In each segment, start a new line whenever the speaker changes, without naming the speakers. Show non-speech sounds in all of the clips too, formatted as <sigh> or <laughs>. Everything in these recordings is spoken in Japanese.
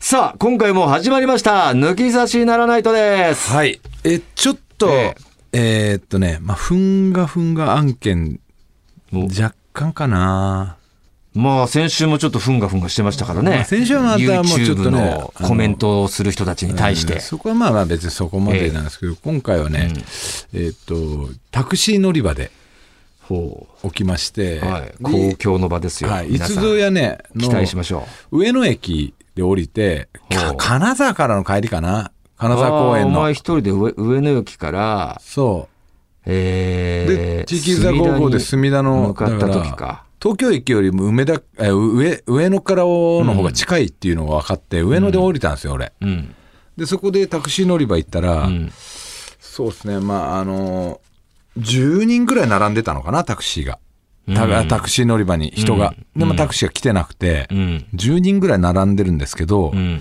さあ、今回も始まりました。抜き差しならないとです。
はい。え、ちょっと、
え
えーっとね、まあ、ふんがふんが案件、
お
若干かな。
まあ、先週もちょっとふんがふんがしてましたから
ま
ね。
あ先週はまたもうちょっと
YouTube
ね
のコメントをする人たちに対して。
そこはまあまあ別にそこまでなんですけど、今回はね、
うん
えーっと、タクシー乗り場で
ほ
起きまして、
う。はい。
で
公共の場ですよ。
はい、い
皆
つ
さん
ぞやね、の
期待しましょ
上野駅で降りて、
ほ
か
う
金沢からの帰りかな
う。
金沢公園
あーお前
の。
一人で上上野駅から、
そ
え
う。
ー、
で、地域座高校で墨田の、
向かった
だ
時
ら
か。
東京駅よりも梅田、え上、上野からの方が近いっていうのが分かって、上野で降りたんですよ、俺。
うん。
で、そこでタクシー乗り場行ったら、
うん。
そうですね、まあ、あの10人ぐらい並んでたのかな、タクシーが。た
うん
タクシー乗り場に人が。
うん
で
う
も
ん
タクシーが来てなくて、
うん。
10人ぐらい並んでるんですけど、
うん。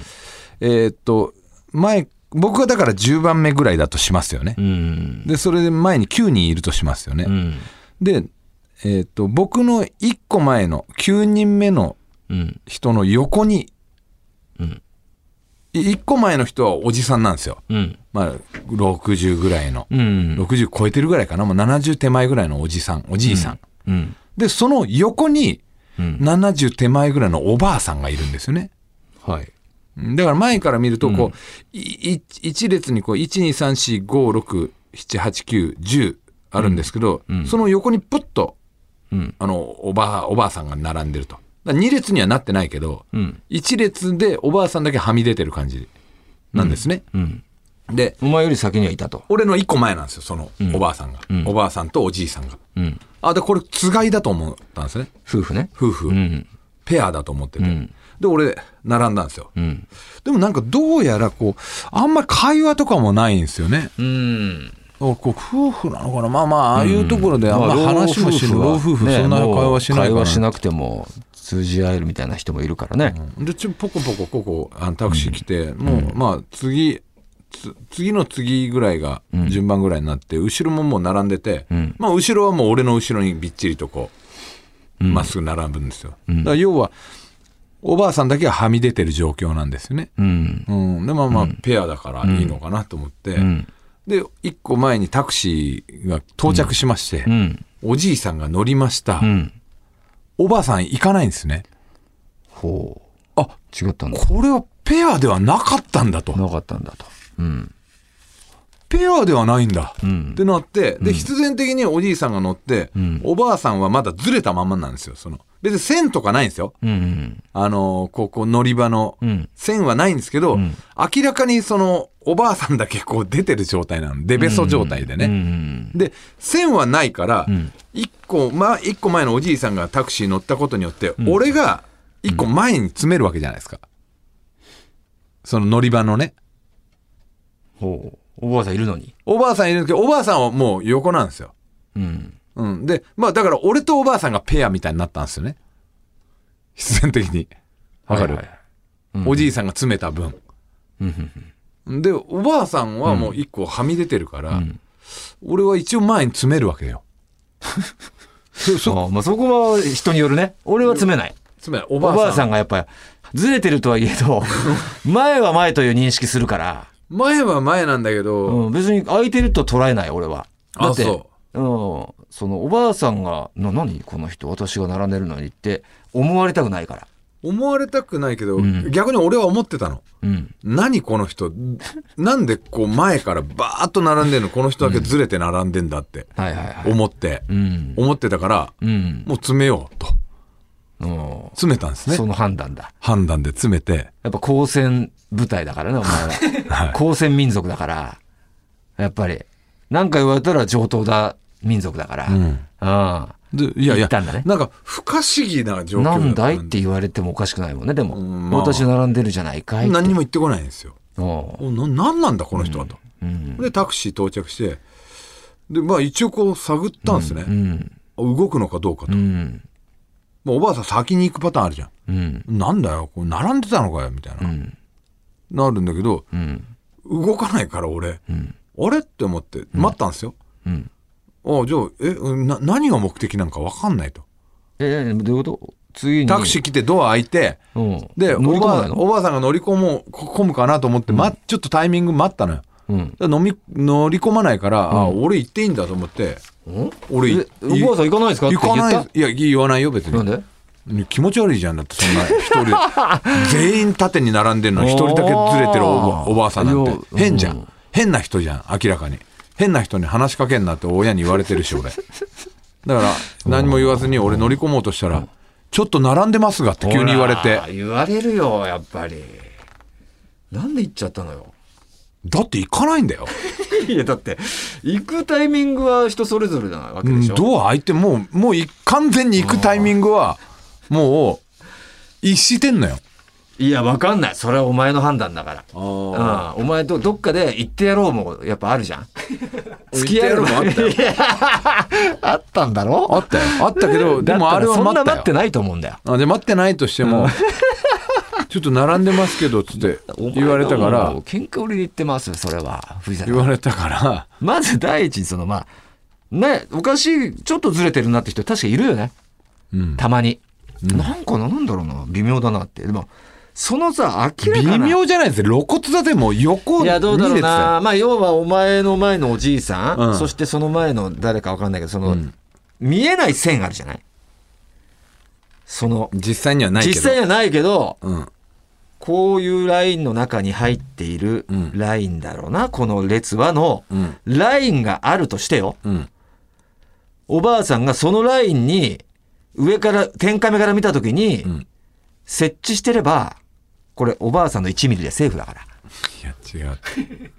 えーっと、前、僕がだから10番目ぐらいだとしますよね
う。ん。
で、それで前に9人いるとしますよね。
うん。
で、えーっと、僕の1個前の9人目の
うん。
人の横に、
うん
い一個前の人はおじさんなんですよ。
うん。
まあ、60ぐらいの。
うん。
60超えてるぐらいかな。もう70手前ぐらいのおじさん、おじいさん。
うん。
で、その横に、
うん。
70手前ぐらいのおばあさんがいるんですよね。
はい。
だから前から見ると、
うん
こう、いい一列にこう、1,2,3,4,5,6,7,8,9,10あるんですけど、
うんうん
その横にプッと、
うん。
あの、おばあ、おばあさんが並んでると。2列にはなってないけど、
うん。
一列でおばあさんだけはみ出てる感じなんですね。
うん。
で、
お前より先にはいたと。
俺の一個前なんですよ、そのおばあさんが。
うん
おばあさんとおじいさんが。
うん。
あ、で、これ、つがいだと思ったんですね。
夫婦ね。
夫婦。
うん。
ペアだと思ってて。
うん
で、俺、並んだんですよ。
うん。
でもなんか、どうやらこう、あんまり会話とかもないんですよね。
うん。
おこう夫婦なのかなまあまあ、ああいうところであん
ま
ま
あ
話もしない。老夫婦、
ね
そんな会
もう
話しない
会
か
話し
ら。
なくても通じ合えるみたいな人もいるからね。
で、ちょ、ポコポコ、ここ、あのタクシー来て、もう、まあ、次、つ次の次ぐらいが順番ぐらいになって、後ろももう並んでて、
ん
まあ、後ろはもう俺の後ろにびっちりとこう、まっすぐ並ぶんですよ。だから要は、おばあさんだけがはみ出てる状況なんですよね。
うん。
うん。で、まあまあ、ペアだからいいのかなと思って、
うん。
で、一個前にタクシーが到着しまして、
うん。
おじいさんが乗りました。
うん。
おばあさん行かないんですね。
ほう。
あ、
違ったんだ。
これはペアではなかったんだと。
なかったんだと。うん。
ペアではないんだ、
うん
ってなってで必然的におじいさんが乗って、
ん
おばあさんはまだずれたまんまなんですよその別に線とかないんですよ
うん。
あのーこうこう乗り場の
うん
線はないんですけど、
ん
明らかにそのおばあさんだけこう出てる状態なのデベソ状態でね、
うん。
で線はないから、
ん
一個ま、一個前のおじいさんがタクシー乗ったことによって、俺が一個前に詰めるわけじゃないですか、その乗り場のね
ほう。おばあさんいるのに。
おばあさんいるんですけどおばあさんはもう横なんですよ
うん。
うん。で、まあだから俺とおばあさんがペアみたいになったんですよね。必然的に。わかる、
はいはい
おじいさんが詰めた分。で、おばあさんはもう一個はみ出てるから、俺は一応前に詰めるわけよ。そ、そ、
ああまあそこは人によるね。俺は詰めない。
詰めない。お
おば
ばあさん。
あさんがやっぱり、ずれてるとはいえ <laughs> ど、前は前という認識するから、
前は前なんだけど、
うん、別に空いてると捉えない、俺は。だ
あ、
って、
そ
うん、そのおばあさんが、な、何この人、私が並んでるのにって思われたくないから。
う。思われたくないけど、
ん
逆に俺は思ってたの。
うん。
何この人、なんでこう前からバーッと並んでんの、この人だけずれて並んでんだって
はいはいはい。
思って、
うん。
思ってたから、
うん。
もう詰めようと。
うん
詰めたんですね
そ。の判断だ。
判断で詰めて。
やっぱ光線部隊だからね、お前
<laughs>
は。光線民族だから、やっぱり、なんか言われたら上等だ民族だから。
ん
うん
でいやい
行
や、
ったんだね
なんか不可思議な状況だ
な
った
んだいって言われてもおかしくないもんね、でも。
うんまあ
私並んでるじゃないかいって。
何にも言ってこないんですよ。
うん
おな何なんだこの人はと。
うん。
で、タクシー到着して、で、まあ一応こう探ったんですね。
うん。
動くのかどうかと。
うん。
まあおばあさん先に行くパターンあるじゃん。
うん。
なんだよ、こう並んでたのかよ、みたいな。
ん
なるんだけど、
うん。
動かないから俺、あれって思って待ったんですよ。
うん。
ああ、じゃあ、え、な何が目的なのか分かんないと。
え、えどういうこと次に
タクシー来てドア開いて、
うん
で、
乗り
お
込ま
ば
ない
あ
の
おばあさんが乗り込もうこ込むかなと思って、ま、ちょっとタイミング待ったのよ。
うん
だから飲み乗り込まないから、あ俺行っていいんだと思って、俺い
えおばあさん行かないですかって言
行か
った
ないいや言わないよ別に
なんで
気持ち悪いじゃんだってそんな
<laughs>
一人全員縦に並んでるのに一人だけずれてるおばおばあさんなん
い
て
やうん
変じゃん、変な人じゃん明らかに変な人に話しかけんなって親に言われてるし俺だから何も言わずに俺乗り込もうとしたら「ちょっと並んでますが」って急に言われて
ほら言われるよやっぱりなんで行っちゃったのよ
だって行かないんだよ
<laughs> いやだって行くタイミングは人それぞれなわけでしょ、
ドア開いてもうもうい完全に行くタイミングはもう一してんのよ
いやわかんないそれはお前の判断だから
あ
うん、お前どどっかで行ってやろうもやっぱあるじゃ <laughs> ん付き合えるも <laughs>
行ってやろうもあ
ったよあったんだろ
あったよあったけどでもあれは
そん
待
な
った
待
よ
ってないと思うんだよ
あで待ってないとしても、 <laughs> ちょっと並んでますけどっつって言われたか
お前
ら
もう喧嘩売りに行ってますよそれは藤井さん
言われたから
まず第一にそのまあねおかしいちょっとずれてるなって人確かいるよね
うん
たまに、なんかなんだろうな微妙だなってでもそのさ明らか
微
な
妙じゃないです露骨だぜもう
い
横に
やどうだろう
列だ
なまあ要はお前の前のおじいさん、
うん
そしてその前の誰かわかんないけどその、
うん
見えない線あるじゃないその
実際にはないけ
実
ど
際にはないけど
うん
こういうラインの中に入っている
うん
ラインだろうな、この列はの
うん
ラインがあるとしてよ
うん
おばあさんがそのラインに上から天カメから見た時に
ん
設置してればこれおばあさんの1ミリでセーフだから
いや違う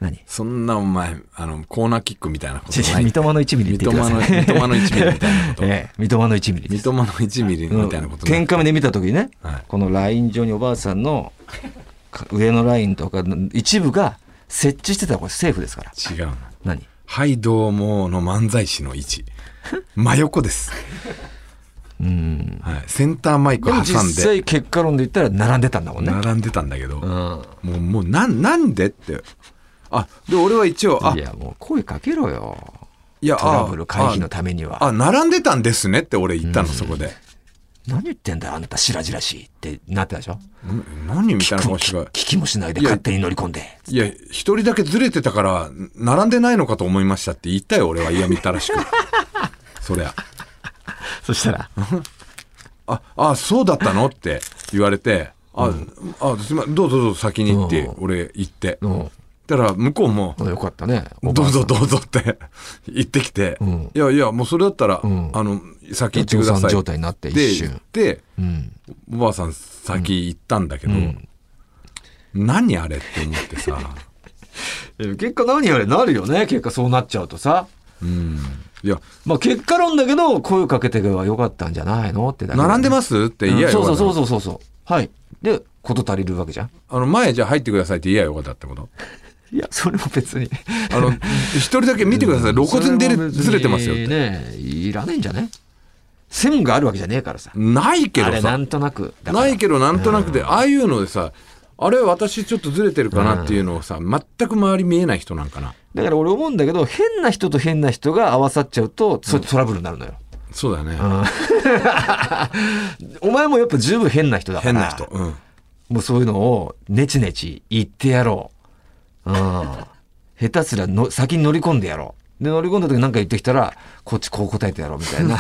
何
そんなお前あのコーナーキックみたいなこと
ちょちょ
ない
三笘の1ミリって言っ
三
てくだ
笘の
さい
三笘の1ミリみたいなこと
<laughs>
三
ええ、三笘の1ミリです。
笘の1ミリみたいなことない
天カメで見た時にね、
はい
このライン上におばあさんのか上のラインとかの一部が設置してたらこれセーフですから。
違うの
何
はいどうもの漫才師の位置真横です
うん。
はいセンターマイク
で
挟
も
んで
実際結果論で言ったら並んでたんだもんね。
並んでたんだけど、
うん。
もうもうなんなんでってあで俺は一応あ
いやもう声かけろよ。
いや
トラブル回避のために
あ
は。
あ並んでたんですねって俺言ったの、そこで
何言ってんだよあんた白々しいってなってたでしょ
ん何みた
聞
いな
く
顔
も
して
聞聞
た
きもしないで
いや
勝手に乗り込んで。
いや一人だけずれてたから並んでないのかと思いましたって言ったよ俺は嫌みったらしくそりゃ
そしたら、
ああそうだったのって言われてあ、あすいませんどうぞどうぞ先にって
う
俺言って、
う
だ
ん。
から向こうも
よかったね。お
ど
ば
う
あさん
ぞどうぞって言ってきて、
ん
いやいやもうそれだったら、
ん
あの先行ってくだ
お嬢
さ
さん
い
状
っ
態になって
て
一
言っ
瞬。
て
うん。
おばあさん先行ったんだけど、何あれって思って
<laughs>
さ、
え結果何あれなるよね結果そうなっちゃうとさ
うん、いや
まあ結果論だけど声をかけてけばよかったんじゃないのってだけだね
並んでますって
う
言
ん
えばよ
そう
か
そ
っ
う
た
そう
の
そうそうそうはいで事足りるわけじゃん
あの前じゃあ入ってくださいって言えばよかったってこと
いやそれも別に
あの一人だけ見てください露骨に出れずれてますよって
ねいらねえんじゃね線があるわけじゃねえからさ
ないけ
あ
ど
れな
さ
んとなくだから
ないけどなんとなくで、ああいうのでさあれ私ちょっとずれてるかなっていうのをさ、全く周り見えない人なんかな
だから俺思うんだけど変な人と変な人が合わさっちゃうとそうやってトラブルになるのよ、
そうだね、
お前もやっぱ十分変な人だから
変な人、うん、
もうそういうのをネチネチ言ってやろう。うん。下手すらの先に乗り込んでやろう。で乗り込んだ時なんか言ってきたらこっちこう答えてやろうみたいな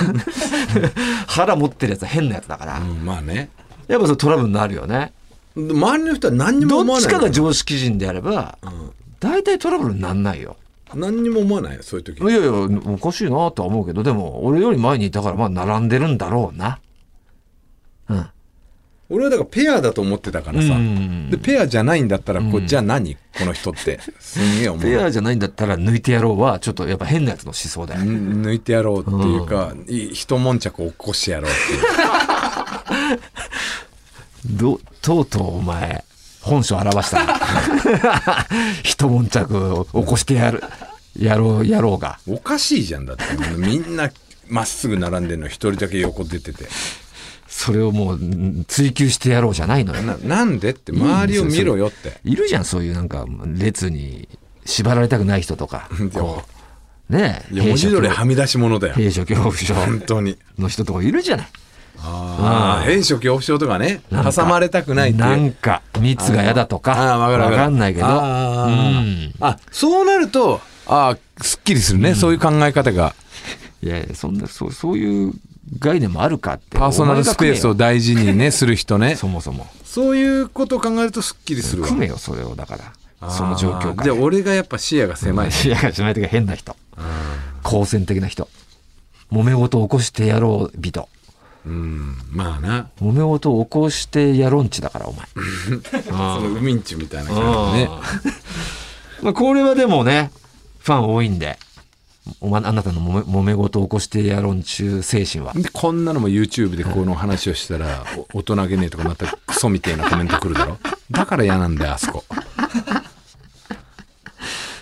<laughs>
腹持ってるやつは変なやつだから、
うんまあね
やっぱそのトラブルになるよね
周りの人は何にも
ど
思
っ
わ
ち
ない
か
よ
が常識人であれば大体、トラブルになんないよ
何にも思わないよそういう時
いやいやおかしいなとは思うけどでも俺より前にいたからまあ並んでるんだろうなうん
俺はだからペアだと思ってたからさ、
うん
でペアじゃないんだったらこう、じゃあ何この人ってすんげえ思
ペ
う
アじゃないんだったら抜いてやろうはちょっとやっぱ変なやつの思想だよ
うん抜いてやろうっていうか、い一悶着起こしてやろうっていう
ど、とうとうお前、本性表した <laughs> な。一悶着を起こしてやる、やろう、やろうが。
おかしいじゃんだってみんなまっすぐ並んでるの一人だけ横出てて
それをもう、ん追求してやろうじゃないのよ。
ななんでって周りを見ろよって
いるじゃん、そういうなんか、列に縛られたくない人とか。こう。ねえ。
いや文字通りはみ出し物だよ
兵所恐怖症
本当に
の人とかいるじゃない。
ああ、変色恐怖症とかね。
なんか
挟まれたくないって
ないん
う。
か、密が嫌だとか。
ああ、わかるわかる。
んないけど。
あ
う
ー
ん
あ、そうなると、ああ、すっきりするね。そういう考え方が。
いやいや、そんな、そう、そういう概念もあるかって。
パーソナルスペースを
お前が
大事にね、する人
組めよ
ね。
そもそも。
そういうことを考えるとすっきりするわ。
組めよ、それを、だから。
あー
その状況下で
じゃあ、俺がやっぱ視野が狭い。
いや、しないとか変な人。好戦的な人。揉め事を起こしてやろう人。
うん、まあな。
揉め事を起こしてやろんちだから、お前。
そのウミンチュみたいな感じね。
うんまあこれはでもね、ファン多いんで、おま、あなたのもめ揉め事を起こしてやろん中精神は。
でこんなのも YouTube でこの話をしたらお大人げねえとかまたクソみたいなコメント来るだろだから嫌なんだよあそこ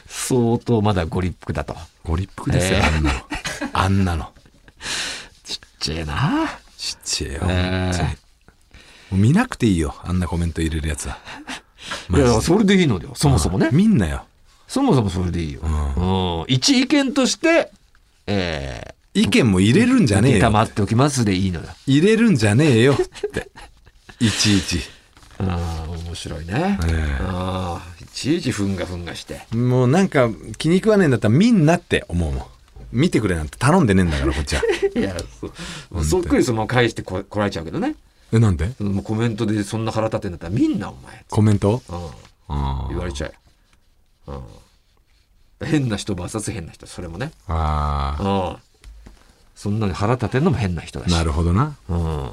相当まだご立腹だと。
ご立腹ですよ、
ええ
あんなのあんなの
ちっちゃいな
ちっちゃいよ、
ええ
ちっちゃいもう見なくていいよあんなコメント入れるやつはいマジで
や、それでいいのだよ。そもそもね。
見んなよ
そもそもそれでいいよ。うん。一意見として、え
意見も入れるんじゃ
ー、
ねえ
たま
よ
っておきますでいいのだ。
入れるんじゃねえよっていちいち
ああ、面白いね。
ええ
ああ、いちいちふんがふんがして。
<laughs> もうなんか気に食わねえんだったら見んなって思うもん見てくれなんて頼んでねえんだからこっちはい
や、そうそっくりそのまま返してここられちゃうけどね。
えなんで
そのもうコメントでそんな腹立てんだったらみんなお前、
コメント
うん、
あ
言われちゃうよ、うん、変な人 VS 変な人それもね、
あ
うん、そんなに腹立てんのも変な人だし
なるほどな。
うん、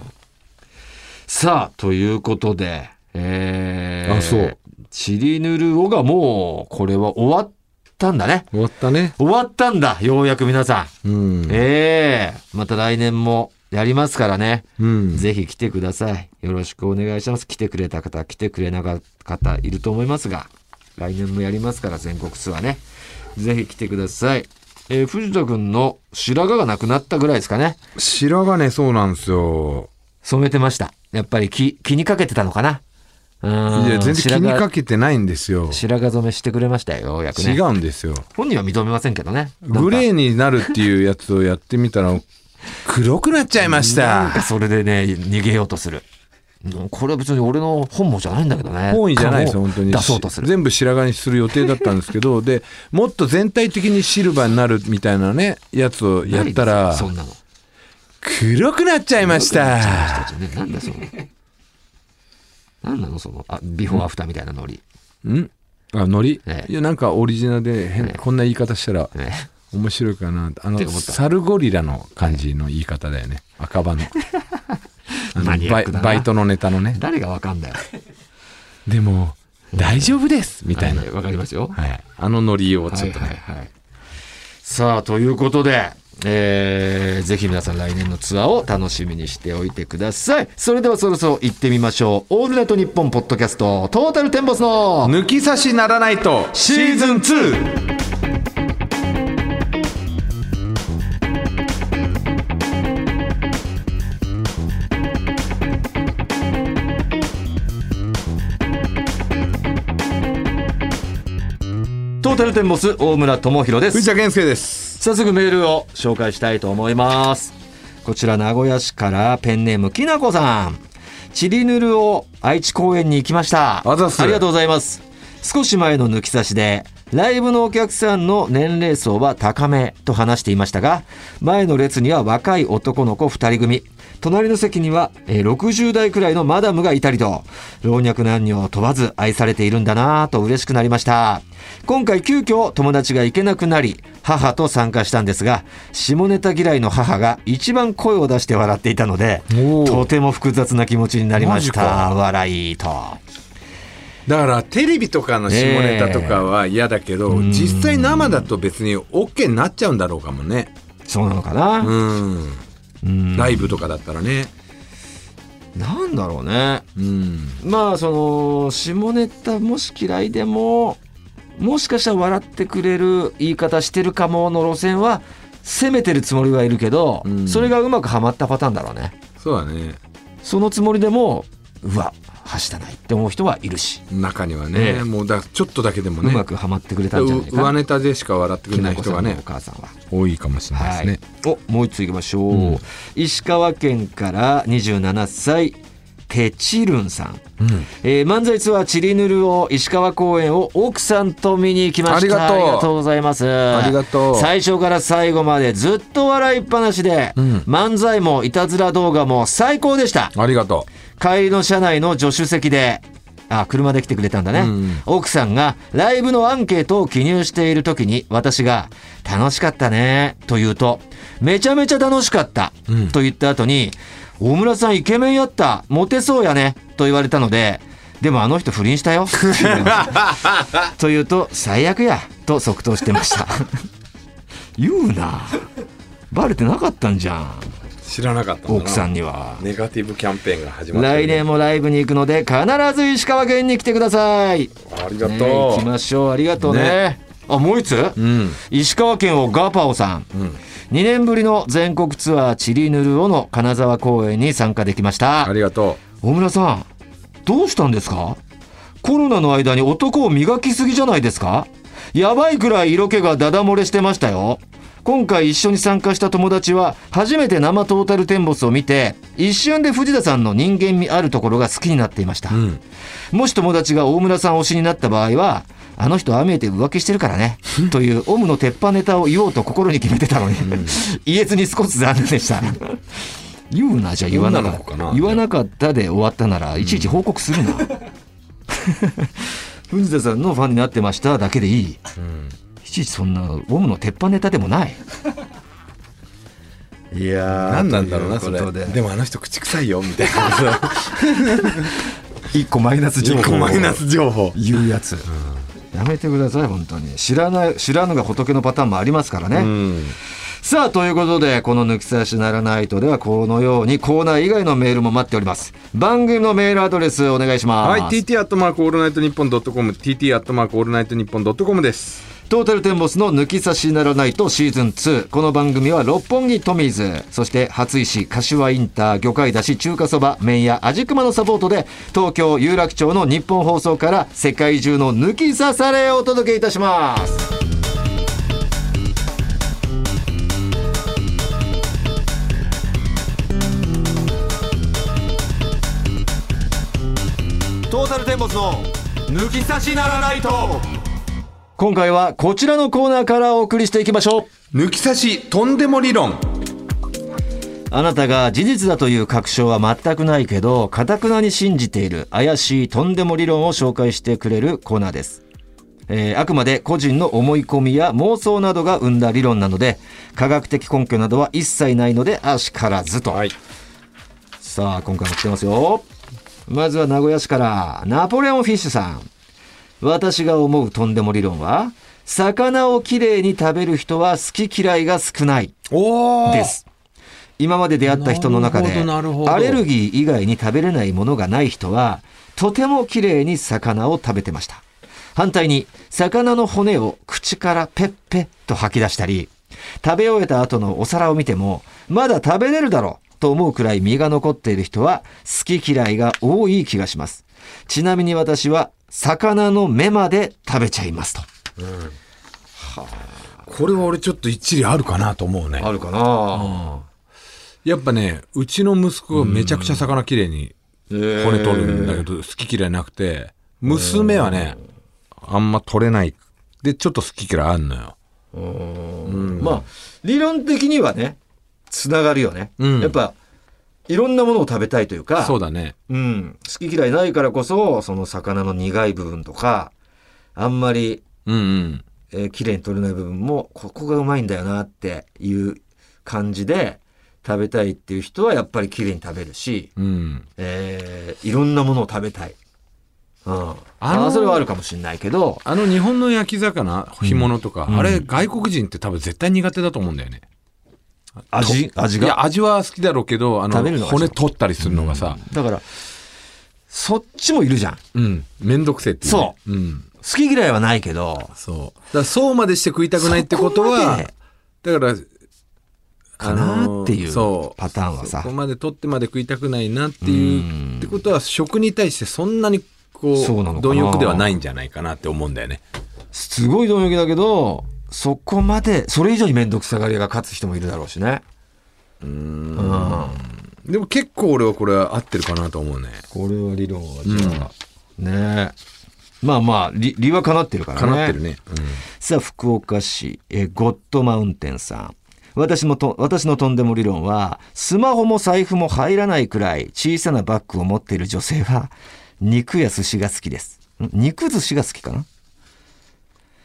さあということでえー、
あそう
チリヌルオがもうこれは終わったんだね
終わったね。
終わったんだようやく皆さん
うん。
ええまた来年もやりますからね
うん。
ぜひ来てください。よろしくお願いします。来てくれた方、来てくれなかった方いると思いますが、来年もやりますから、全国ツアーね。ぜひ来てください。えー藤田くんの白髪がなくなったぐらいですかね。
白髪ね、そうなんですよ。
染めてました。やっぱり気、気にかけてたのかな。う
い
ーん。
や、全然気にか
け
けてないんですよ。
白髪染めしてくれましたよ、ようやく
違
ね。
うんですよ。
本人は認めませんけどね。
グ
ー
レーになるっていうやつをやってみたら、黒くなっちゃいまし
なんか
た。
それでね、逃げようとする。うんこれは別に俺の本望じゃないんだけどね。
本意じゃないですよ、本当に。
出そうとする。
全部白髪にする予定だったんですけど、で、もっと全体的にシルバーになるみたいなね、やつをやったら、
そんなの。
黒くなっちゃいました。
人たちね、なんだその。なんなのその、あ、ビフォーアフターみたいなノリ。
んあ、ノリ、
ええ
いや、なんかオリジナルで変、こんな言い方したら、
ね、
面白いかなあの
て思った
サルゴリラの感じの言い方だよね、
<laughs>
赤羽のあの
マニア
バ
ッ
イ
クだな
バイトのネタのね
誰がわかんだよ。
でも大丈夫です
み
みたいな、
わかりますよ。
はい、あのノリをちょっとね、
はいはいはいさあ、ということで、えーぜひ皆さん来年のツアーを楽しみにしておいてください。それではそろそろ行ってみましょう。オールナイトニッポンポッドキャスト、トータルテンボスの
抜き差しならないと
シーズン 2! トータルテンボス大村智弘です
藤田健介です
早速メールを紹介したいと思いますこちら名古屋市からペンネームきなこさんチリヌルを愛知公園に行きました
あざっす
ありがとうございます少し前の抜き差しでライブのお客さんの年齢層は高めと話していましたが前の列には若い男の子2人組隣の席にはえー60代くらいのマダムがいたりと老若男女を問わず愛されているんだなぁと嬉しくなりました今回急遽友達が行けなくなり母と参加したんですが下ネタ嫌いの母が一番声を出して笑っていたので
おー
とても複雑な気持ちになりまし
マ
た笑いと
だからテレビとかの下ネタとかは嫌だけど、実際生だと別に OK になっちゃうんだろうかもね
そうなのかな、
うん
うん
ライブとかだったらね
なんだろうね
うん
まあその下ネタもし嫌いでももしかしたら笑ってくれる言い方してるかもの路線は攻めてるつもりはいるけど、
うん
それがうまくはまったパターンだろうね
そうだね
そのつもりでもうわはしたないって思う人はいるし、
中にはね、
ええ
もうだちょっとだけでも
う
ね
まくはまってくれたんじゃない
上
かな
上ネタでしか笑ってく
き
れな
ないこ
人
さ
が
んのお
ね
母さんは。
多いかもしれないですね、
はい、おもう一ついきましょう、石川県から27歳ペチルンさん、
うん
えー漫才ツアー「チリヌル」を石川公演を奥さんと見に行きました
ありがとう
ありがとうございますあ
りがとう
最初から最後までずっと笑いっぱなしで、
ん
漫才もいたずら動画も最高でした
ありがと
帰りの車内の助手席で、あ、車で来てくれたんだね。
うん
奥さんがライブのアンケートを記入している時に私が、楽しかったね、と言うと、めちゃめちゃ楽しかった、と言った後に、大村さんイケメンやった、モテそうやね、と言われたので、でもあの人不倫 <laughs> したよ。と言うと、最悪や、と即答してました。 <laughs> 言うな。バレてなかったんじゃん、
う知らなかった
奥さんには。
ネガティブキャンペーンが始
来年もライブに行くので必ず石川県に来てください。
あり
ね行きましょう。ありがとうね。
ね
あもう一つ、
うん
石川県をガパオさん。
うん
2年ぶりの全国ツアーチリヌルオの金沢公演に参加できました
あ。りがと
大村さん、どうしたんですかコロナの間に男を磨きすぎじゃないですかやばいくらい色気がダダ漏れしてましたよ。今回一緒に参加した友達は初めて生トータルテンボスを見て一瞬で藤田さんの人間味あるところが好きになっていました、
ううん
もし友達が大村さん推しになった場合はあの人ああ見えて浮気してるから
<laughs>
ねというオムの鉄板ネタを言おうと心に決めてたのに、言えずに少し残念で
<laughs>
した言うなじゃあ言わなか
女の子
った
かな
言わなかったで終わったならいちいち報告するな、藤田さんのファンになってましただけでいいいちいちそんなオムの鉄板ネタでもないいや
何なんだろうなそれ
で
でもあの人口臭いよみたいな <laughs>
一個マイナス情報
一個マイナス情報
言うやつ、やめてください本当に知らない知らぬが仏のパターンもありますからね、
うん
さあということでこの「抜き差しならないと」ではこのようにコーナー以外のメールも待っております番組のメールアドレスお願いしま
は
す、
い TT アットマークオールナイトニッポンドットコム TT アットマークオールナイトニッポンドットコムです
トータルテンボスの抜き差しならないとシーズン2。この番組は六本木トミーズ、そして初石、柏インター、魚介だし、中華そば、麺屋、味熊のサポートで、東京有楽町の日本放送から世界中の抜き差されをお届けいたします。トータルテンボスの抜き差しならないと。今回はこちらのコーナーからお送りしていきましょう
抜き差しとんでも理論
あなたが事実だという確証は全くないけどかたくなに信じている怪しいとんでも理論を紹介してくれるコーナーですえーあくまで個人の思い込みや妄想などが生んだ理論なので科学的根拠などは一切ないのであしからずと、
はい
さあ今回も来てますよまずは名古屋市からナポレオンフィッシュさん私が思うとんでも理論は魚をきれいに食べる人は好き嫌いが少ない
おお
です今まで出会った人の中で
なるほどなるほど
アレルギー以外に食べれないものがない人はとてもきれいに魚を食べてました反対に魚の骨を口からペッペッと吐き出したり食べ終えた後のお皿を見てもまだ食べれるだろうと思うくらい身が残っている人は好き嫌いが多い気がしますちなみに私は魚の目まで食べちゃいますと
これは俺ちょっと一理あるかなと思うね
るかな
やっぱねうちの息子がめちゃくちゃ魚きれいに骨取るんだけど好き嫌いなくて娘はねあんま取れないでちょっと好き嫌いあんのよ
まあ理論的にはねつながるよね、
うん
やっぱいろんなものを食べたいというか
そうだね
うん、好き嫌いないからこそその魚の苦い部分とかあんまり、
うんうん
えー、綺麗に取れない部分もここがうまいんだよなっていう感じで食べたいっていう人はやっぱり綺麗に食べるし、
うん
えーいろんなものを食べたい。うん、あ
あのー
それはあるかもしれないけど
あの日本の焼き魚干物とか、
ん
あれ外国人って多分絶対苦手だと思うんだよね
味味
い
が
や味は好きだろうけどあの
食べるのが
骨取ったりするのがさ
だからそっちもいるじゃん好
うん面倒、くせえっていう、ね、う、うん、
き嫌いはないけど
そうだからそうまでして食いたくないってこと
そこま
は
で
だから
かなってい
あの
う
そう
パターンはさ
そこ。まで取ってまで食いたくないなっていうってことは食に対してそんなにこ
そうなのかな
う貪欲ではないんじゃないかなって思うんだよね
すごい貪欲だけど、そこまで、それ以上に面倒くさがり屋が勝つ人もいるだろうしね。うん。
でも結構俺はこれは合ってるかなと思うね
これは理論は、じゃあ、ねえまあまあ、理理はかなってるからね。
かなってるね、
さあ、福岡市、えーゴッドマウンテンさん。私もと、私のとんでも理論は、スマホも財布も入らないくらい小さなバッグを持っている女性は、肉や寿司が好きです。ん肉寿司が好きかな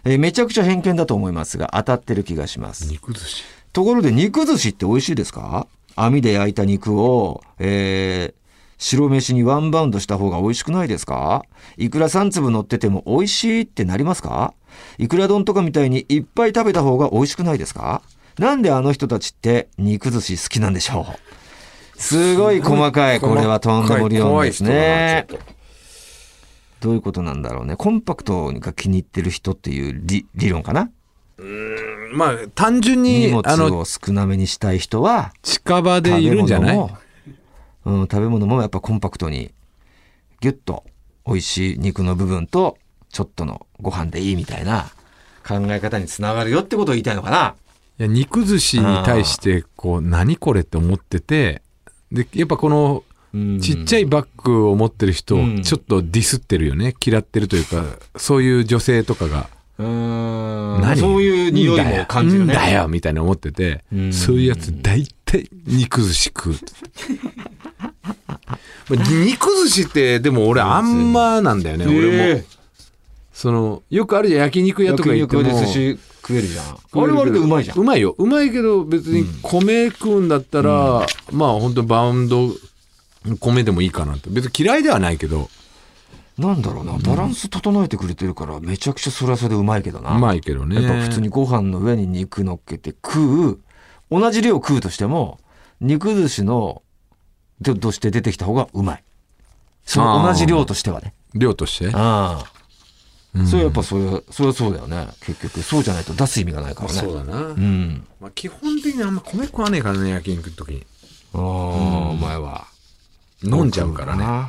えーめちゃくちゃ偏見だと思いますが、当たってる気がしま
うん
す。
肉寿司
ところで、肉寿司って美味しいですか網で焼いた肉を、えー白飯にワンバウンドした方が美味しくないですかいくら3粒乗ってても美味しいってなりますかいくら丼とかみたいにいっぱい食べた方が美味しくないですかなんであの人たちって肉寿司好きなんでしょうすごい細かい、これはとんでも理論ですね。どういうことなんだろうね。コンパクトが気に入ってる人っていう理理論かな
まあ単純
荷
にあ
物
の
を少なめにしたい人は、
近場でいるんじゃな
食べ
い
物もうん、食べ物もやっぱコンパクトにギュッと美味しい肉の部分とちょっとのご飯でいいみたいな考え方につながるよってことを言いたいのかない
や肉寿司に対してこう何これって思っててでやっぱこの
うん
ちっちゃいバッグを持ってる人
う
を
ん
ちょっとディスってるよね嫌ってるというかそういう女性とかが
うーん
何
そういう匂い
んだ
も
よ
感じるね
んだよみたいな思ってて
うん
そういうやつ大体肉寿司
<laughs>
食うってまあ肉寿司ってでも俺あんまなんだよね俺も
え
そのよくあるじゃん焼肉
え
屋とか
焼
行って
肉
も
で寿司食えるじゃんあれ割とうまいじゃん
うまいようまいけど別に米食うんだったら、まあ本当バウンド米でもいいかなと別に嫌いではないけど
なんだろうなバランス整えてくれてるからめちゃくちゃそれはそれでうまいけどな
うまいけどね
やっぱ普通にご飯の上に肉乗っけて食う同じ量食うとしても肉寿司のでとして出てきた方がうまいその同じ量としてはね
量として
ああそれはやっぱそれそれはそうだよね結局そうじゃないと出す意味がないからね
だな、
うん
まあ、基本的にあんま米食わねえからね焼肉の時に
ああ、お前は
飲んじゃうからね
ね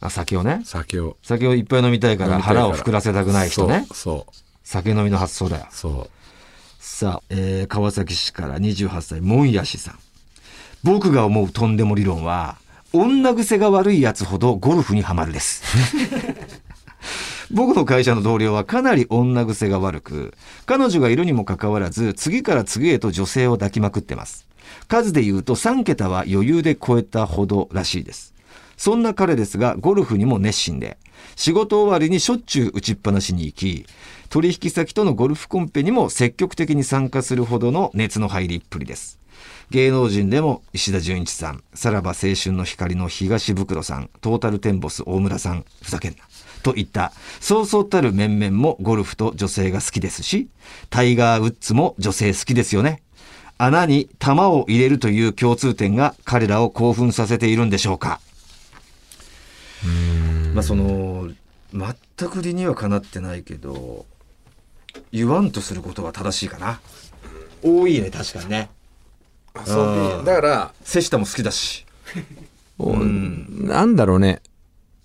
あ酒をね
酒を
酒をいっぱい飲みたいから腹を膨らせたくない人ね
そう
酒飲みの発想だよ
そうそう
さあ、えー川崎市から28歳、もんやしさん。僕が思うとんでも理論は、女癖が悪いやつほどゴルフにはまるです。僕の会社の同僚はかなり女癖が悪く、彼女がいるにもかかわらず、次から次へと女性を抱きまくってます。数で言うと3桁は余裕で超えたほどらしいです。そんな彼ですが、ゴルフにも熱心で、仕事終わりにしょっちゅう打ちっぱなしに行き、取引先とのゴルフコンペにも積極的に参加するほどの熱の入りっぷりです。芸能人でも石田純一さん、さらば青春の光の東袋さん、トータルテンボス大村さん、ふざけんな。といった、そうそうたる面々もゴルフと女性が好きですし、タイガー・ウッズも女性好きですよね。穴に玉を入れるという共通点が彼らを興奮させているんでしょうか。まあその、全く理にはかなってないけど、言わんとすることが正しいかな。多いね、確かにね。
そうだから
瀬下も好きだし。
おなんだろうね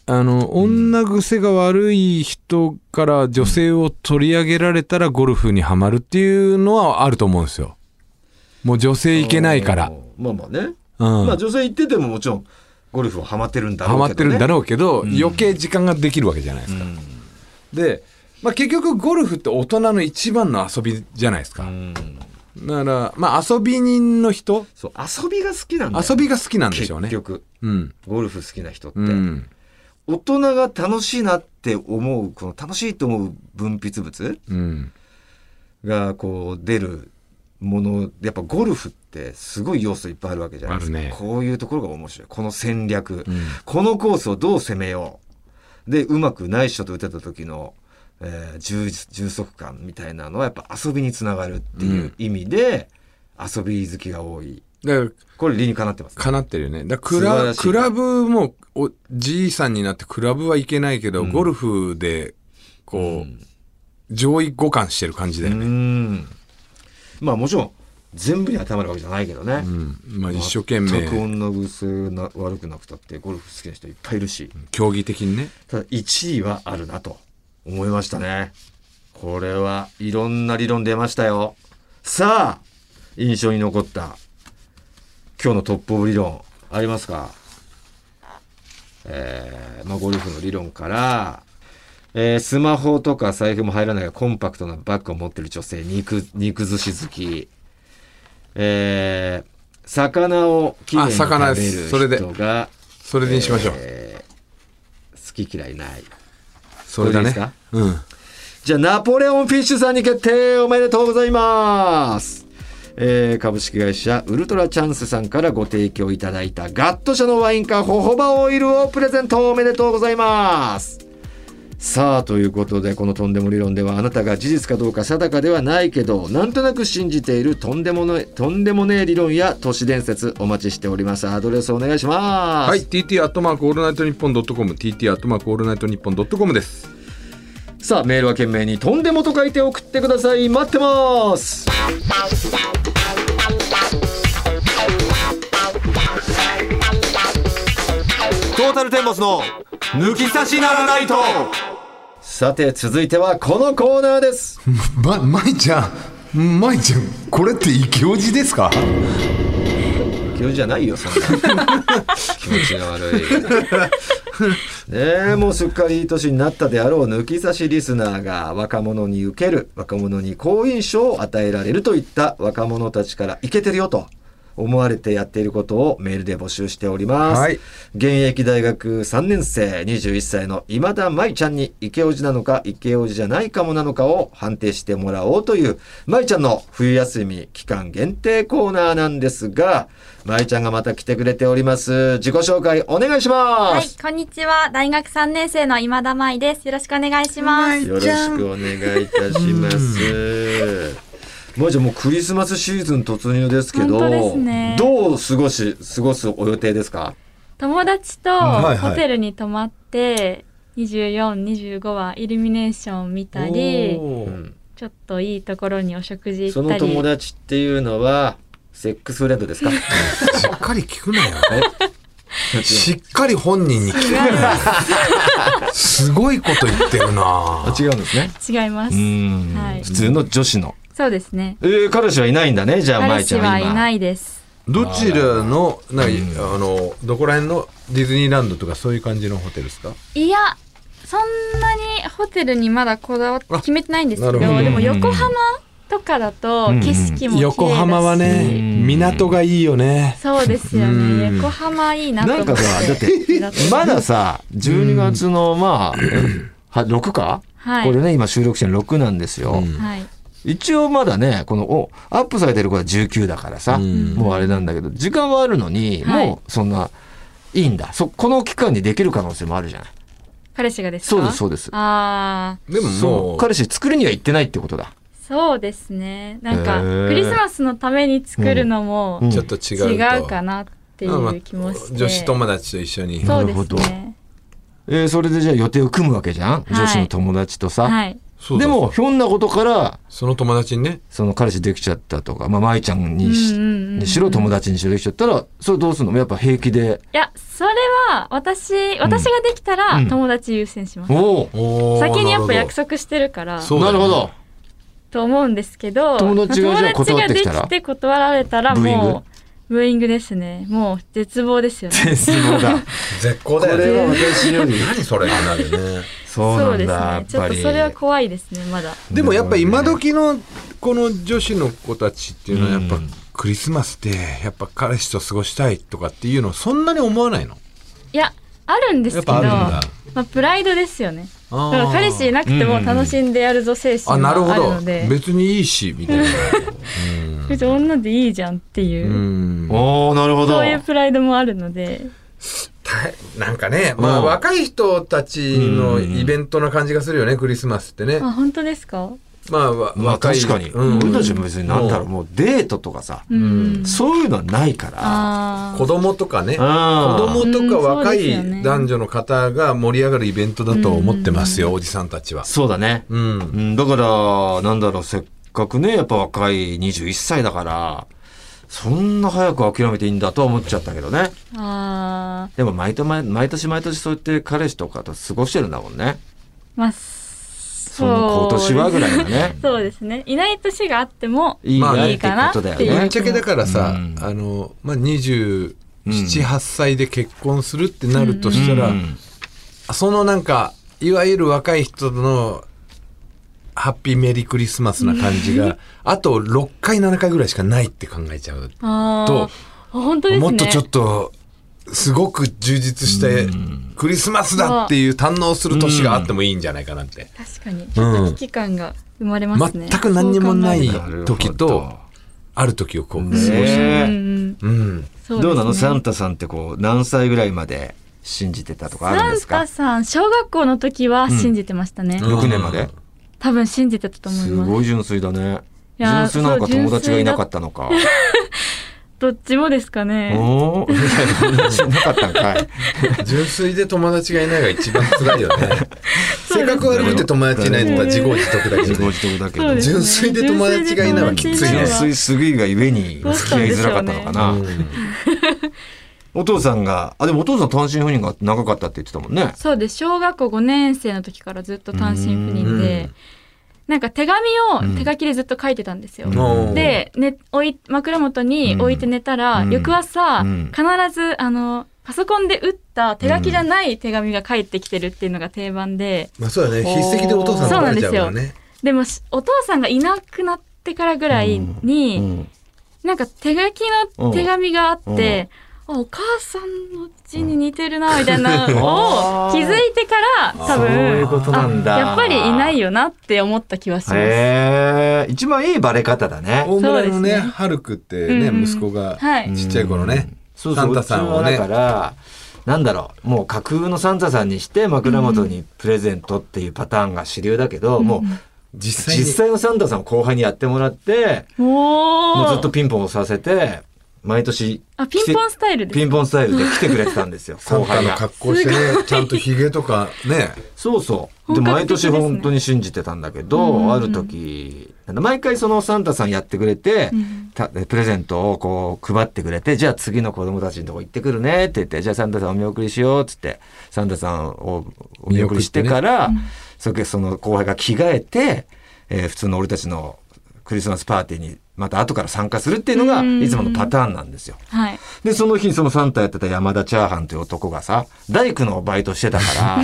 あの女癖が悪い人から女性を取り上げられたらゴルフにはまるっていうのはあると思うんですよもう女性いけないから。
まあまあね。
うん
まあ女性行っててももちろんゴルフはハマってるんだろ
ハ
うけど、ね。
マってるんだ
う。
ろうけど、余計時間ができるわけじゃないですか、で、まあ、結局ゴルフって大人の一番の遊びじゃないですか、
ん。
だからまあ遊び人の人
そう、遊びが好きなんだよ。
遊びが好きなんでしょうね
結局、
うん
ゴルフ好きな人って、
うん
大人が楽しいなって思う、この楽しいと思う分泌物
うん
がこう出るもの、やっぱゴルフってすごい要素いっぱいあるわけじゃないですか。
あるね
こういうところが面白い。この戦略。
うん
このコースをどう攻めよう。で、うまくナイスショット打てた時の、えー充実充足感みたいなのはやっぱ遊びにつながるっていう意味で、遊び好きが多い。
だから
これ理にかなってます。
かなってるよね。だか
素晴ら
ら
しい
クラクラブもおじいさんになってクラブはいけないけど、ゴルフでこう、上位互換してる感じだ
う
よね。
ん。まあもちろん、全部に当てはまるわけじゃないけどね、
うんまあ、一生懸命
全く音の癖な悪くなくたってゴルフ好きな人いっぱいいるし
競技的にね
ただ1位はあるなと思いましたねこれはいろんな理論出ましたよさあ印象に残った今日のトップオブ理論ありますかえーまあ、ゴルフの理論から、えースマホとか財布も入らないがコンパクトなバッグを持ってる女性肉肉寿司好き、えー魚をきれいに
あ魚
食
で
べ
すそれ
る
で
人が
それでにしましょう、
えー好き嫌いない
それだね
これでいいで
うん
じゃあナポレオンフィッシュさんに決定おめでとうございますえー株式会社ウルトラチャンスさんからご提供いただいたガット社のワインかホホバオイルをプレゼントおめでとうございますさあということでこのとんでも理論ではあなたが事実かどうか定かではないけどなんとなく信じているとんでもないとんでもねえ理論や都市伝説お待ちしておりますアドレスお願いします
はい TT アットマークオールナイトニッポンドットコム TT アットマークオールナイトニッポンドットコムです
さあメールは懸命に「とんでも」と書いて送ってください待ってます
トータルテンボスの抜き差しならないと
さて続いてはこのコーナーです
<laughs> ま、舞ちゃん、舞ちゃん、これって意気落ちですか
気持ちじゃないよそ
<laughs>
んな気持ちが悪いねえもうすっかりいい年になったであろう抜き差しリスナーが若者に受ける若者に好印象を与えられるといった若者たちからイケてるよと思われてやっていることをメールで募集しております、
はい
現役大学3年生21歳の今田舞ちゃんにイケオジなのかイケオジじゃないかもなのかを判定してもらおうという舞ちゃんの冬休み期間限定コーナーなんですが舞ちゃんがまた来てくれております自己紹介お願いしま
はい
す、、
こんにちは。大学3年生の今田舞です。よろしくお願いします。
よろしくお願いいたします。まあじゃあもうクリスマスシーズン突入ですけど、
本当ですね
どう過ごし過ごすお予定ですか？
友達と
はいはい
ホテルに泊まって、24、25はイルミネーション見たり、
うん
ちょっといいところにお食事
そ
行っ
の
たり
友、達っていうのはセックスフレンド <laughs> ですか？
しっかり聞くな <laughs> よ
しっかり本人に聞く。すごいこと言ってるな
違うんですね。
違います。
うん、
はい
普通の女子の。
そうですね。
えー、彼氏はいないんだね。じゃあ
彼
舞ち
氏
ゃんは
は
今。
いないです。
どちらのなにあのどこら辺のディズニーランドとかそういう感じのホテルですか
いや、そんなにホテルにまだこだわって
あ
決めてないんですけど、
なるほど
でも横浜とかだと景色も綺麗だし、
横浜はね港がいいよね
そうですよ
う
ね。
ん
横浜いいなと思っ
な
て。
んかさだって
て
まださ、12月のまあ、は6か、
はい
これね今収録してる6なんですよ。
はい。
一応まだね、この、お、アップされてる子は19だからさ、
うん
もうあれなんだけど、時間はあるのに、
はい
もうそんな、いいんだ。そ、この期間にできる可能性もあるじゃない。
彼氏がですか
そうです、そうです。
ああ、
でも
そ
も
う。
う
彼氏作りには行ってないってことだ。
そうですね。なんか、
へー
クリスマスのために作るのも
うん
ちょっと違うと
違うかなっていう気もして。
女子友達と一緒に
そう
なるほ
です
ど
ね。
えーそれでじゃあ予定を組むわけじゃん、
い
女子の友達とさ。
はい。
そうだ
でも、ひょんなことから、
その友達にね
その彼氏できちゃったとか、まあ、舞ちゃんにし,、
うんうんうん
にしろ友達にしろできちゃったら、それどうすんのやっぱ平気で。
いや、それは私、私ができたら
うん
友達優先します。
お
おー
先にやっぱ約
なる
束してるから
そ
お、
うだ
な
よ
る
ね
ほど。
<laughs>
と思うんですけど
友達がじゃあ断ってきたら
友達ができて断られたら
ブーイング
もうブーイングですねもう絶望ですよね
絶望だ。
ほど絶好だよね
私より。
何それってなるよね
そう
そ
な
うんです
だ、
ねちょっとそれは怖いですねまだ
でもやっぱ今時のこの女子の子たちっていうのはやっぱ
うん
クリスマスってやっぱ彼氏と過ごしたいとかっていうのそんなに思わないの
いやあるんですけど
やっぱあるん
ま
だ
あ、プライドですよね
あー
だから彼氏いなくても楽しんでやるぞ精
あ
神が
なるほ
ある
ど
ので、
別にいいしみたいな
別に女でいいじゃんっていうう、
ん
おおなるほど
そういうプライドもあるので
たなんかねまあ
うん
若い人たちのイベントな感じがするよねクリスマスってね
あ本当ですか
まあわ
まあ
若い
確かに、
うん
俺たちも別になんだろう
も
もうデートとかさ、
うん、
そういうのはないから
あ
う
あ
子供とかね
あー
子供とか
うん
若
そうですよ
い
ね
男女の方が盛り上がるイベントだと思ってますよおじさんたちは
そうだね
うん
うんだからなんだろうセッかくね、やっぱ若い21歳だから、そんな早く諦めていいんだとは思っちゃったけどね。
あー
でも毎年毎毎年毎年そうやって彼氏とかと過ごしてるんだもんね。
まあ
そ
そ
の今年はぐらい
い。
のね
そうですねいない年があっても
いい
まあ
ね
い
っ
い
て
かな
ことだよ
って
ぶ
い
っ
う
ね。
ちゃけだからさ、
うん
あの、まあ、27、
うん
8歳で結婚するってなるとしたら、
うん
そのなんか、いわゆる若い人との、ハッピーメリークリスマスな感じ
<laughs>
が、あと6回、7回ぐらいしかないって考えちゃう
あ
と
あ、本当ですね
もっとちょっと、すごく充実して、クリスマスだっていう堪能する年があってもいいんじゃないかなって。
確かにちょっと危機感が生まれますね、
全く何にもない
そう考
時と、ある時をこう、過ごし
え
て。
ると
ね
うんう
え
ん
うん。
そうですね
どうなのサンタさんってこう何歳ぐらいまで信じてたとかあるんです
サン
か
タさん小学校の時は信じてましたね、
ん
?6 年まで。
多分信じてたと思い
す
ます
ごい純粋だね。
いやー
純粋なのか
そう
友達がいなかったのか。
どっちもですかね
おお、友達いなかったんかい。
純粋で友達がいないが一番辛いよね。
<laughs>
性
うですね
格悪くて友達いないとか自業自得だけ
自
ど
業
ね。
自得だけ
そう
ど
で。すね
純粋で友達がいないはきついね
純粋すぎがゆえに
どう
付き
したん
合い
でしょうね
づらかったのかな、
うん
お父さんがあでもお父さん単身赴任が長かったって言ってたもんね
そうです小学校5年生の時からずっと単身赴任でなんか手紙を手書きでずっと書いてたんですよ、
うん
で、ね、置い枕元に置いて寝たら、
うん
翌朝、
うん
必ずあのパソコンで打った手書きじゃない手紙が返ってきてるっていうのが定番で
まあそうだね。筆跡でお父さん取れちゃうからね。
でもしお父さんがいなくなってからぐらいに、
うん
なんか手書きの手紙があって、あお母さんの字に似てるなみたいなのを <laughs> 気づいてから多分
そういうことなんだ
あやっぱりいないよなって思った気はします。
へえ一番いいバレ方だね
大村のね、
そうですね
ハルクってね、
うん
息子が
はい
ちっちゃい頃ね
うん、そう
サ
そう
ンタさんを
うち
ね
はだ、からなんだろうもう架空のサンタさんにして枕元にプレゼントっていうパターンが主流だけど、もう
実際に
実際のサンタさんを後輩にやってもらって
お
もう
ー
ずっとピンポンをさせて毎年
あピンポンスタイルです
ピンポンスタイルで来てくれてたんです
<laughs>
よ
サ
後
ンタ
輩
の
が
格好してね、 <laughs> ちゃんとヒゲとかね、
そうそう。で、
本
毎
格的です
年
ね
本当に信じてたんだけど、
うん
ある時、なんだ毎回そのサンタさんやってくれて、
ん
たプレゼントをこう配ってくれて、じゃあ次の子供たちのとこ行ってくるねって言って、じゃあサンタさんお見送りしようってって、サンタさんをお見送りしてから、それでその後輩が着替えて、えー普通の俺たちのクリスマスパーティーにまた後から参加するっていうのが、
うん
いつものパターンなんですよ。
はい
で、その日にそのサンタやってた山田チャーハンという男がさ、大工のバイトしてた <laughs> から、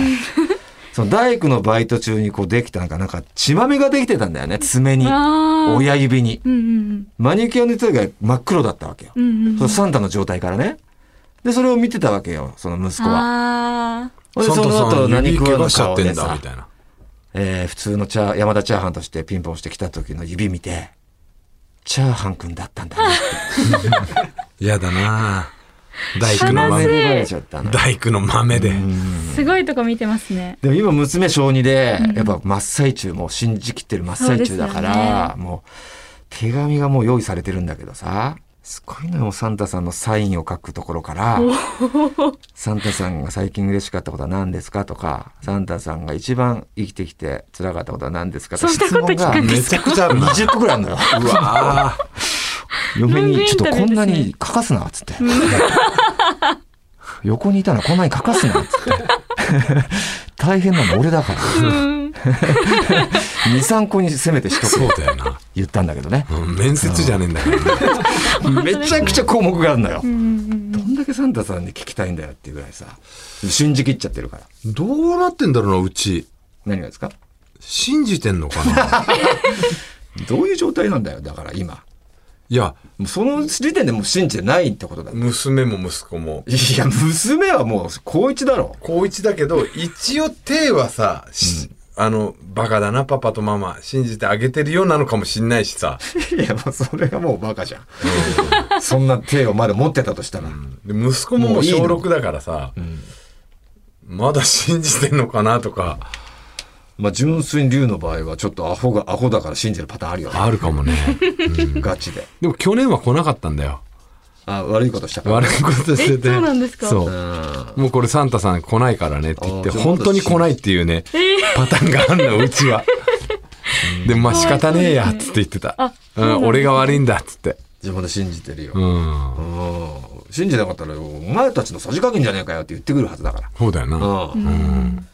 その大工のバイト中にこうできたなんか、なんか血まみができてたんだよね、爪に。
あー
親指に。
うんうん
マニキュアの手が真っ黒だったわけよ。
うんうんうん
そのサンタの状態からね。で、それを見てたわけよ、その息子は。
あ
で、
サン
その
タさ
後
ん指
何食
怪
わ
我
の
しちゃっ
顔
て
で
んだ、
さ
み、たいな。
えー普通のチャー山田チャーハンとしてピンポンしてきた時の指見て、チャーハンくんだったんだな
<laughs>
って。
嫌だな大
悲
工の
し
豆
い
見られちゃったのよ
大工の豆で。
ーすごいとこ見てますね
でも今娘小2で、やっぱ真っ最中、もう信じきってる真っ最中だから、もう手紙がもう用意されてるんだけどさ、すごいのよ、サンタさんのサインを書くところから、サンタさんが最近嬉しかったことは何ですかとか、サンタさんが一番生きてきて辛かったことは何ですかとか、
そんなこと聞くんで
め
す
ちゃくちゃあるな。
20個ぐらいあ
<laughs>
るのよ。
うわー
嫁
ロング
に、
イ
ち
ン
ょっと
タビュー
こんな
です
に
ね
書かすな、つ
<laughs>
って。横にいたのこんなに書かすな、つって。大変なの俺だから。
うん
2、3個にせめてしと
そ
こ
う
う
だよな。
言ったんだけどね。
うん面接じゃねえんだからね。
めちゃくちゃ項目があるのよ。
うんうん
どんだけサンタさんに聞きたいんだよっていうぐらいさ、信じきっちゃってるから。
どうなってんだろうな、うち。
何がですか
信じてんのか <laughs> な
どういう状態なんだよ、だから今。
いや、
もうその時点でもう信じてないってことだ。い
娘も息子も。
や、娘はもう高一だろ。
高一だけど、一応手はさ、しあの、バカだな、パパとママ。信じてあげてるようなのかもしんないしさ。
いや、もうそれがもうバカじゃん。そんな手をまだ持ってたとしたら。
で息子もも
も
う
ういい
小
の
6だからさ、まだ信じてんのかなとか。
まあ、純粋に龍の場合はちょっとアホが、アホだから信じるパターンあるよね。
あるかもね。
ガチで。
でも去年は来なかったんだよ。
あ、悪いことしたから。
悪いことしてて。
えそうなんですか
そう
うん。
もうこれサンタさん来ないからねって言って、
あー
本当に来ないっていうね、パターンがあんの、うちは。でもまあ仕方ねえやっつって言ってた
あ、
うん俺が悪いんだっつって
自分で信じてるよ。
うん
うん信じなかったら、お前たちのさじ加減じゃねえかよって言ってくるはずだから。
そうだよな
うん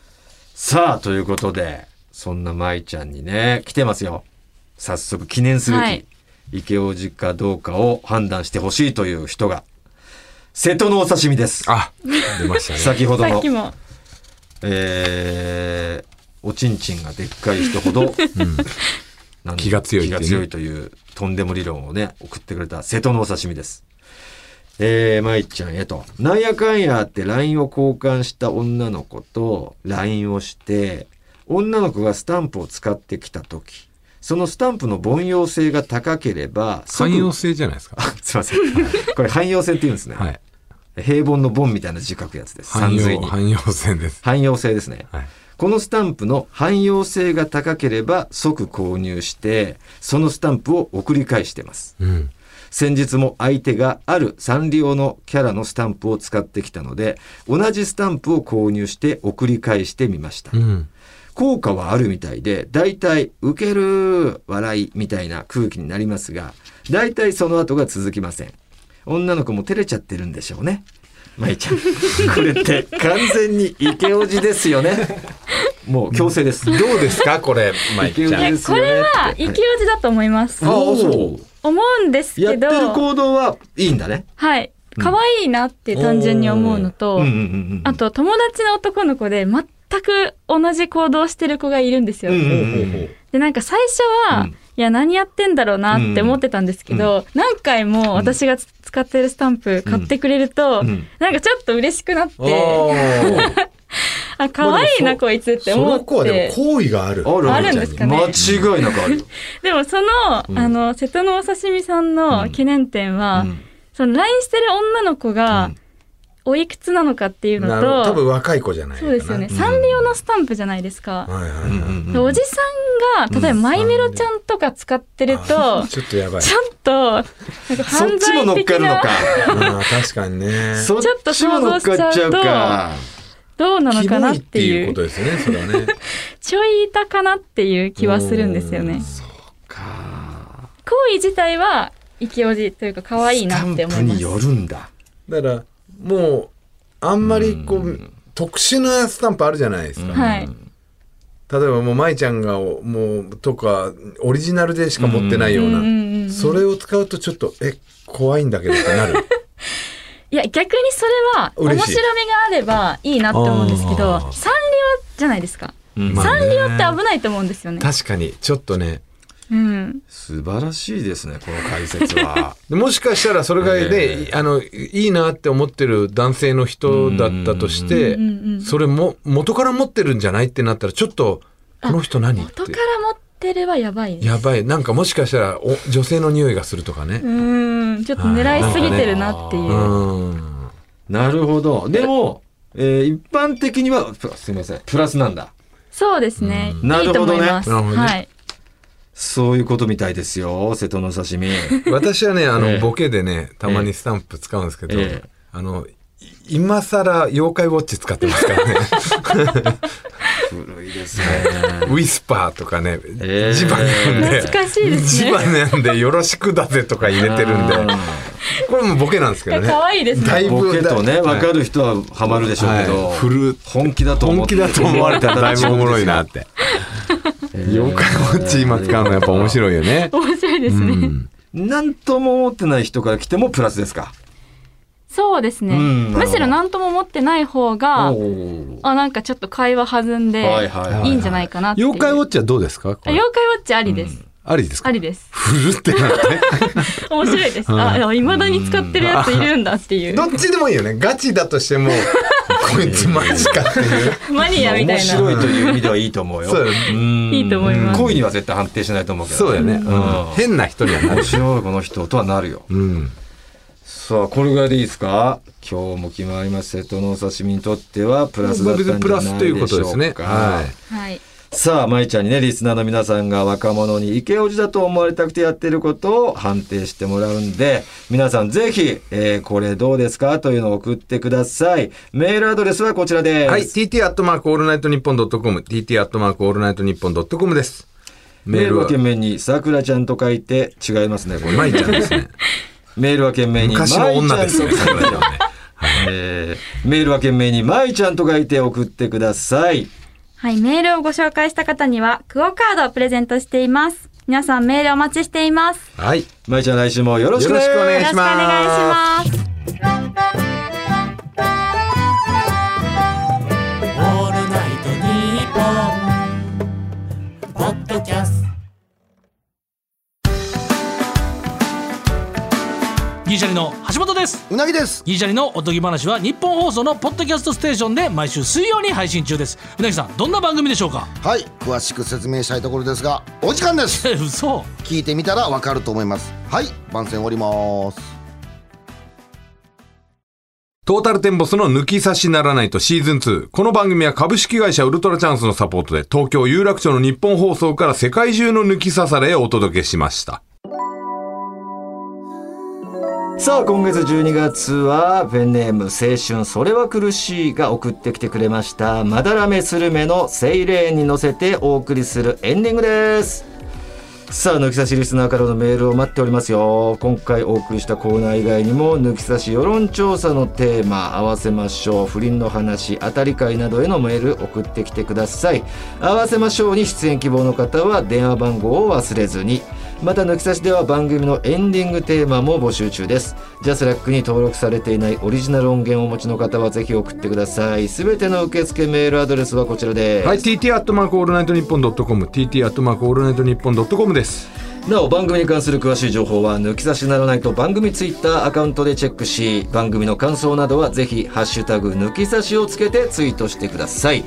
さあ、ということで、そんな舞ちゃんにね、来てますよ。早速記念すべき、
はい
池王子かどうかを判断してほしいという人が、瀬戸のお刺身です。
あ出ましたね
先ほど
さ
の
っき、も
えー、おちんちんがでっかい人
<laughs>
ほど、なんで
気が強いってい
気
う
が
ね
強いという、とんでも理論をね、送ってくれた瀬戸のお刺身です。えー、舞ちゃんへと。なんやかんやあって LINE を交換した女の子と LINE をして、女の子がスタンプを使ってきたとき、そのスタンプの凡庸性が高ければ、即
汎用性じゃないですか
<laughs> すいません。これ汎用性って言うんですね。
はい
平凡の凡みたいな字書くやつです。
汎
三髄
用
に。
汎用性です
汎用性ですね。
はい
このスタンプの汎用性が高ければ即購入して、そのスタンプを送り返してます。
うん
先日も相手があるサンリオのキャラのスタンプを使ってきたので、同じスタンプを購入して送り返してみました。
うん
効果はあるみたいで、だいたい受ける笑いみたいな空気になりますが、だいたいその後が続きません。女の子も照れちゃってるんでしょうね。舞ちゃん、これって完全にイケオジですよね。
<laughs>
もう強制です。どう
どうですかこれマイ
イケ
ち
オ
ゃ
ジ
ん
です
こ
よね。
れは勢い
って
だと思います、
ああ、そう。
思うんです
やっ
け
て
ど
る行動はいいんだね。
はい可愛いなって単純に思うの
う
と、
んうんうんうん。
あと友達の男の子で全く同じ行動してる子がいるんですよ、
うんうんうんうん、
でなんか最初は、
うん
いや何やってんだろうなって思ってたんですけど、何回も私がつ使ってるスタンプ買ってくれると、
うんうん
なんかちょっと嬉しくなって、
ー
あ可愛い
まあ
な
でもそ
こいつって
そ
思
の
って
子はでも好意がある
ある
あ
あ
る
る
んですかね
間違いなくあるよ。
でもその,、あの瀬戸のお刺身さんの記念展は、
うん
その LINE してる女の子がおいくつなのかっていうの
なるほど
と、
多分若い子じゃないか
そ
な
うですよね、サンリオのスタンプじゃないですか。
はいは
う
い
んうん
は
うん
でおじさんが例えばマイメロちゃんとか使ってると、
いちょっとやばい
ちょっとなんか
そっ
犯
ちも乗
罪
っか
的
るの
な
か。
あー確かにね
そ
ちょっと想像しちゃうと
っちも乗っかっ
どうなの
キ
か
モ
なっ
いって
て
いう
い
こ
う
とですねそれはね
ちょい痛かなっていう気はするんですよね行為自体は生きおじというか可愛いなって
ス
思
タ
い
ンプ
ま
に
す
よるんだ。
だからもうあんまりこう、特殊なスタンプあるじゃないですか、
はい
例えばもう舞ちゃんがおもうとかオリジナルでしか持ってないような、
うんうんうんうん
それを使うとちょっとえ怖いんだけどってなる
いや逆にそれは面
嬉しい
白みがあればいいなって思うんですけど
あー
サンリオじゃないですか
まあ
サンリオって危ないと思うんですよね
確かにちょっとね
うん
素晴らしいですね、この解説は。 <laughs>
でもしかしたらそれがね、
え
あのいいなって思ってる男性の人だったとして、
うんうんうん
それも元から持ってるんじゃないってなったらちょっとこの人何って
元から持ってればやばいです
やばいなんかもしかしたらお女性の匂いがするとかね
う、ーんちょっと狙いすぎてるなっていう、
うん
なるほど。でも、えー一般的には、プラすみません、プラスなんだ。
そうですね、
ん
いいと思います、
なるほどねなるほどね
はい
そういうことみたいですよ、瀬戸の刺身。
私はねあの、
ええ
ボケでねたまにスタンプ使うんですけど、
ええ
あのい今さら妖怪ウォッチ使ってますからね
古い
<laughs>
ですね。
ウィスパーとかね、
ええ
磁場なんで
懐かしいですね
磁場なんで「よろしくだぜ」とか入れてるんでこれもボケなんですけどね
可愛いですね
だいぶ
ボケとね、
だ
わかる人はハマるでしょうけど、
はいフル
本気だと思
本
って
気だと思われたらだいぶおもろい
<laughs>
なっ。て妖怪ウォッチ今使うのやっぱ面白いよね
面白いですね、
なんとも思ってない人から来てもプラスですか。
そうですね、
うん
むしろ何とも持ってない方が
お
あなんかちょっと会話弾んで、
はいはいはい
いんじゃないかなっていう
妖怪ウォッチはどうですかこ
あ
れ
妖怪ウォッチありです、
ありですか
ありです
ふるってなって
面白いですあいまだに使ってるやついるんだってい
<laughs>
う
どっちでもいいよねガチだとし
<laughs>
てもこいつマジかっていう
マニアみた
面
いな
白いという意味ではいいと思うよ。
そうだね
うん
いいと思います
恋には絶対判定しないと思うけど。
そうだよね、
ん
変な人にはなる
面白いこの人とはなるよ。
うん
さあこれぐらいでいいですか。今日も決まりました瀬戸のお刺身にとってはプラスだったんじゃないでしょう
プ
か。
ラスということですねはい
はい
さあ、舞ちゃんにね、リスナーの皆さんが若者にイケオジだと思われたくてやってることを判定してもらうんで、皆さんぜひ、えーこれどうですかというのを送ってください。メールアドレスはこちらです。
はい、tt アットマークオールナイトニッポンドットコム、tt アットマークオールナイトニッポンドットコムです。
メールは懸命に、さくらちゃんと書いて、違いますね、これ。
舞ちゃんですね。
メールは懸命に、
昔の女
まい
で
ちゃん
す
と <laughs>
ね。桜ちゃんね
えーメールは懸命に、まいちゃんと書いて送ってください。
はい、メールをご紹介した方には、クオカードをプレゼントしています。皆さんメールお待ちしています。
はい。
まいちゃん来週もよろしくね。
よろしくお願い
よろしくお願いします。
オールナイトニッポン」ポッドキャストギリシャリの橋本です
うなぎです
ギリシャリのおとぎ話は日本放送のポッドキャストステーションで毎週水曜に配信中ですうなぎさんどんな番組でしょうか
はい詳しく説明したいところですがお時間です
え嘘
聞いてみたらわかると思いますはい番宣終わります
トータルテンボスの抜き差しならないとシーズン2。この番組は株式会社ウルトラチャンスのサポートで東京有楽町の日本放送から世界中の抜き差されをお届けしました。
さあ今月12月はペンネーム青春それは苦しいが送ってきてくれましたまだらめスルメのセイレーンに乗せてお送りするエンディングですさあ抜き差しリスナーからのメールを待っておりますよ今回お送りしたコーナー以外にも抜き差し世論調査のテーマ合わせましょう不倫の話当たり会などへのメール送ってきてください合わせましょうに出演希望の方は電話番号を忘れずにまた抜き差しでは番組のエンディングテーマも募集中ですジャスラックに登録されていないオリジナル音源をお持ちの方はぜひ送ってくださいすべての受付メールアドレスはこちらです、
はい、TT アットマークオールナイトニッポンドットコム、TT アットマークオールナイトニッポンドットコムです。
なお番組に関する詳しい情報は抜き差しならないと番組ツイッターアカウントでチェックし番組の感想などはぜひ「ハッシュタグ抜き差し」をつけてツイートしてください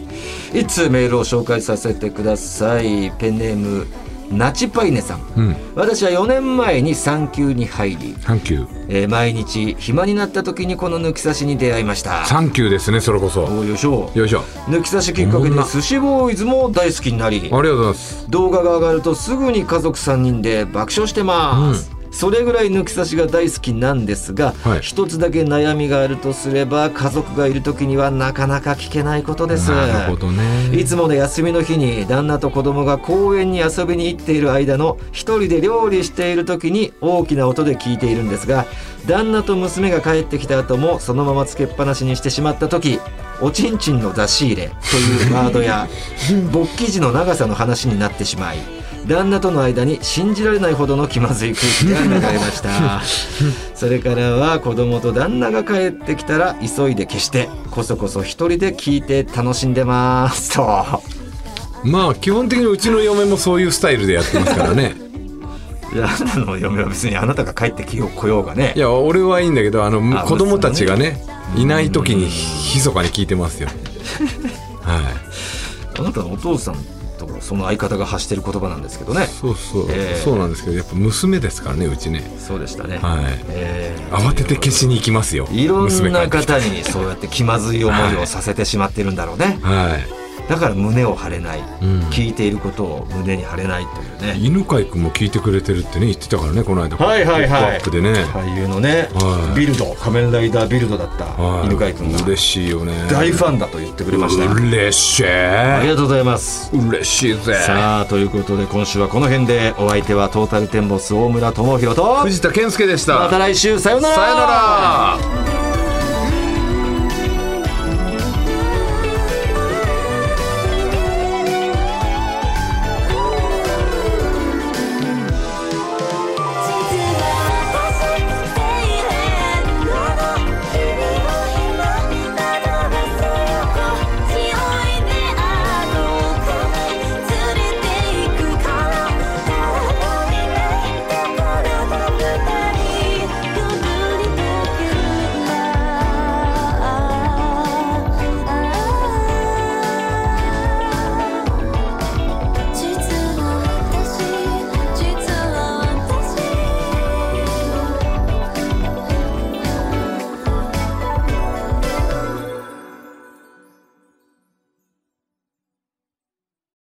一通メールを紹介させてくださいペンネームナチパイネさん、
うん
私は4年前に産休に入り、
サンキュー。
えー毎日暇になった時にこの抜き差しに出会いました
サンキューですね、それこそ。
おーよいしょ
よいしょ。
抜き差しきっかけに寿司ボーイズも大好きになり
ありがとうございます。
動画が上がるとすぐに家族3人で爆笑してます、それぐらい抜き差しが大好きなんですが、
はい
一つだけ悩みがあるとすれば家族がいる時にはなかなか聞けないことです
なるほどね。
いつもの休みの日に旦那と子供が公園に遊びに行っている間の一人で料理している時に大きな音で聞いているんですが旦那と娘が帰ってきた後もそのままつけっぱなしにしてしまった時おちんちんの出し入れというワードや勃起時の長さの話になってしまい旦那との間に信じられないほどの気まずい空気が流れましたそれからは子供と旦那が帰ってきたら急いで消してこそこそ一人で聞いて楽しんでます
<laughs>
と
まあ、基本的にうちの嫁もそういうスタイルでやってますからね。
いやあなたの嫁は別にあなたが帰ってきよう来ようがね
いや、俺はいいんだけど、あの、
あ
子供たちがね、いない時に、密かに聞いてますよ。はい。
あなたのお父さんとその相方が発してる言葉なんですけどね
そうそう、
ええ
そうなんですけどやっぱ娘ですからねうちね
そうでしたね、
はい
えー
慌てて消しに行きますよ
いろんな
娘帰ってき
方
た
にそうやって気まずい思いをさせてしまってるんだろうね
はい
だから胸を張れない、
ん
聞いていることを胸に張れないというね
犬飼君も聞いてくれてるってね言ってたからねこの間
はいはいはい
ポップアップでね、
俳優のね、
はい
ビルド仮面ライダービルドだった
はい、
犬飼君が
嬉しいよね
大ファンだと言ってくれました
嬉しい
ありがとうございます
嬉しいぜ
さあということで今週はこの辺でお相手はトータルテンボス大村智広と
藤田健介でした
また来週さよなら
さよなら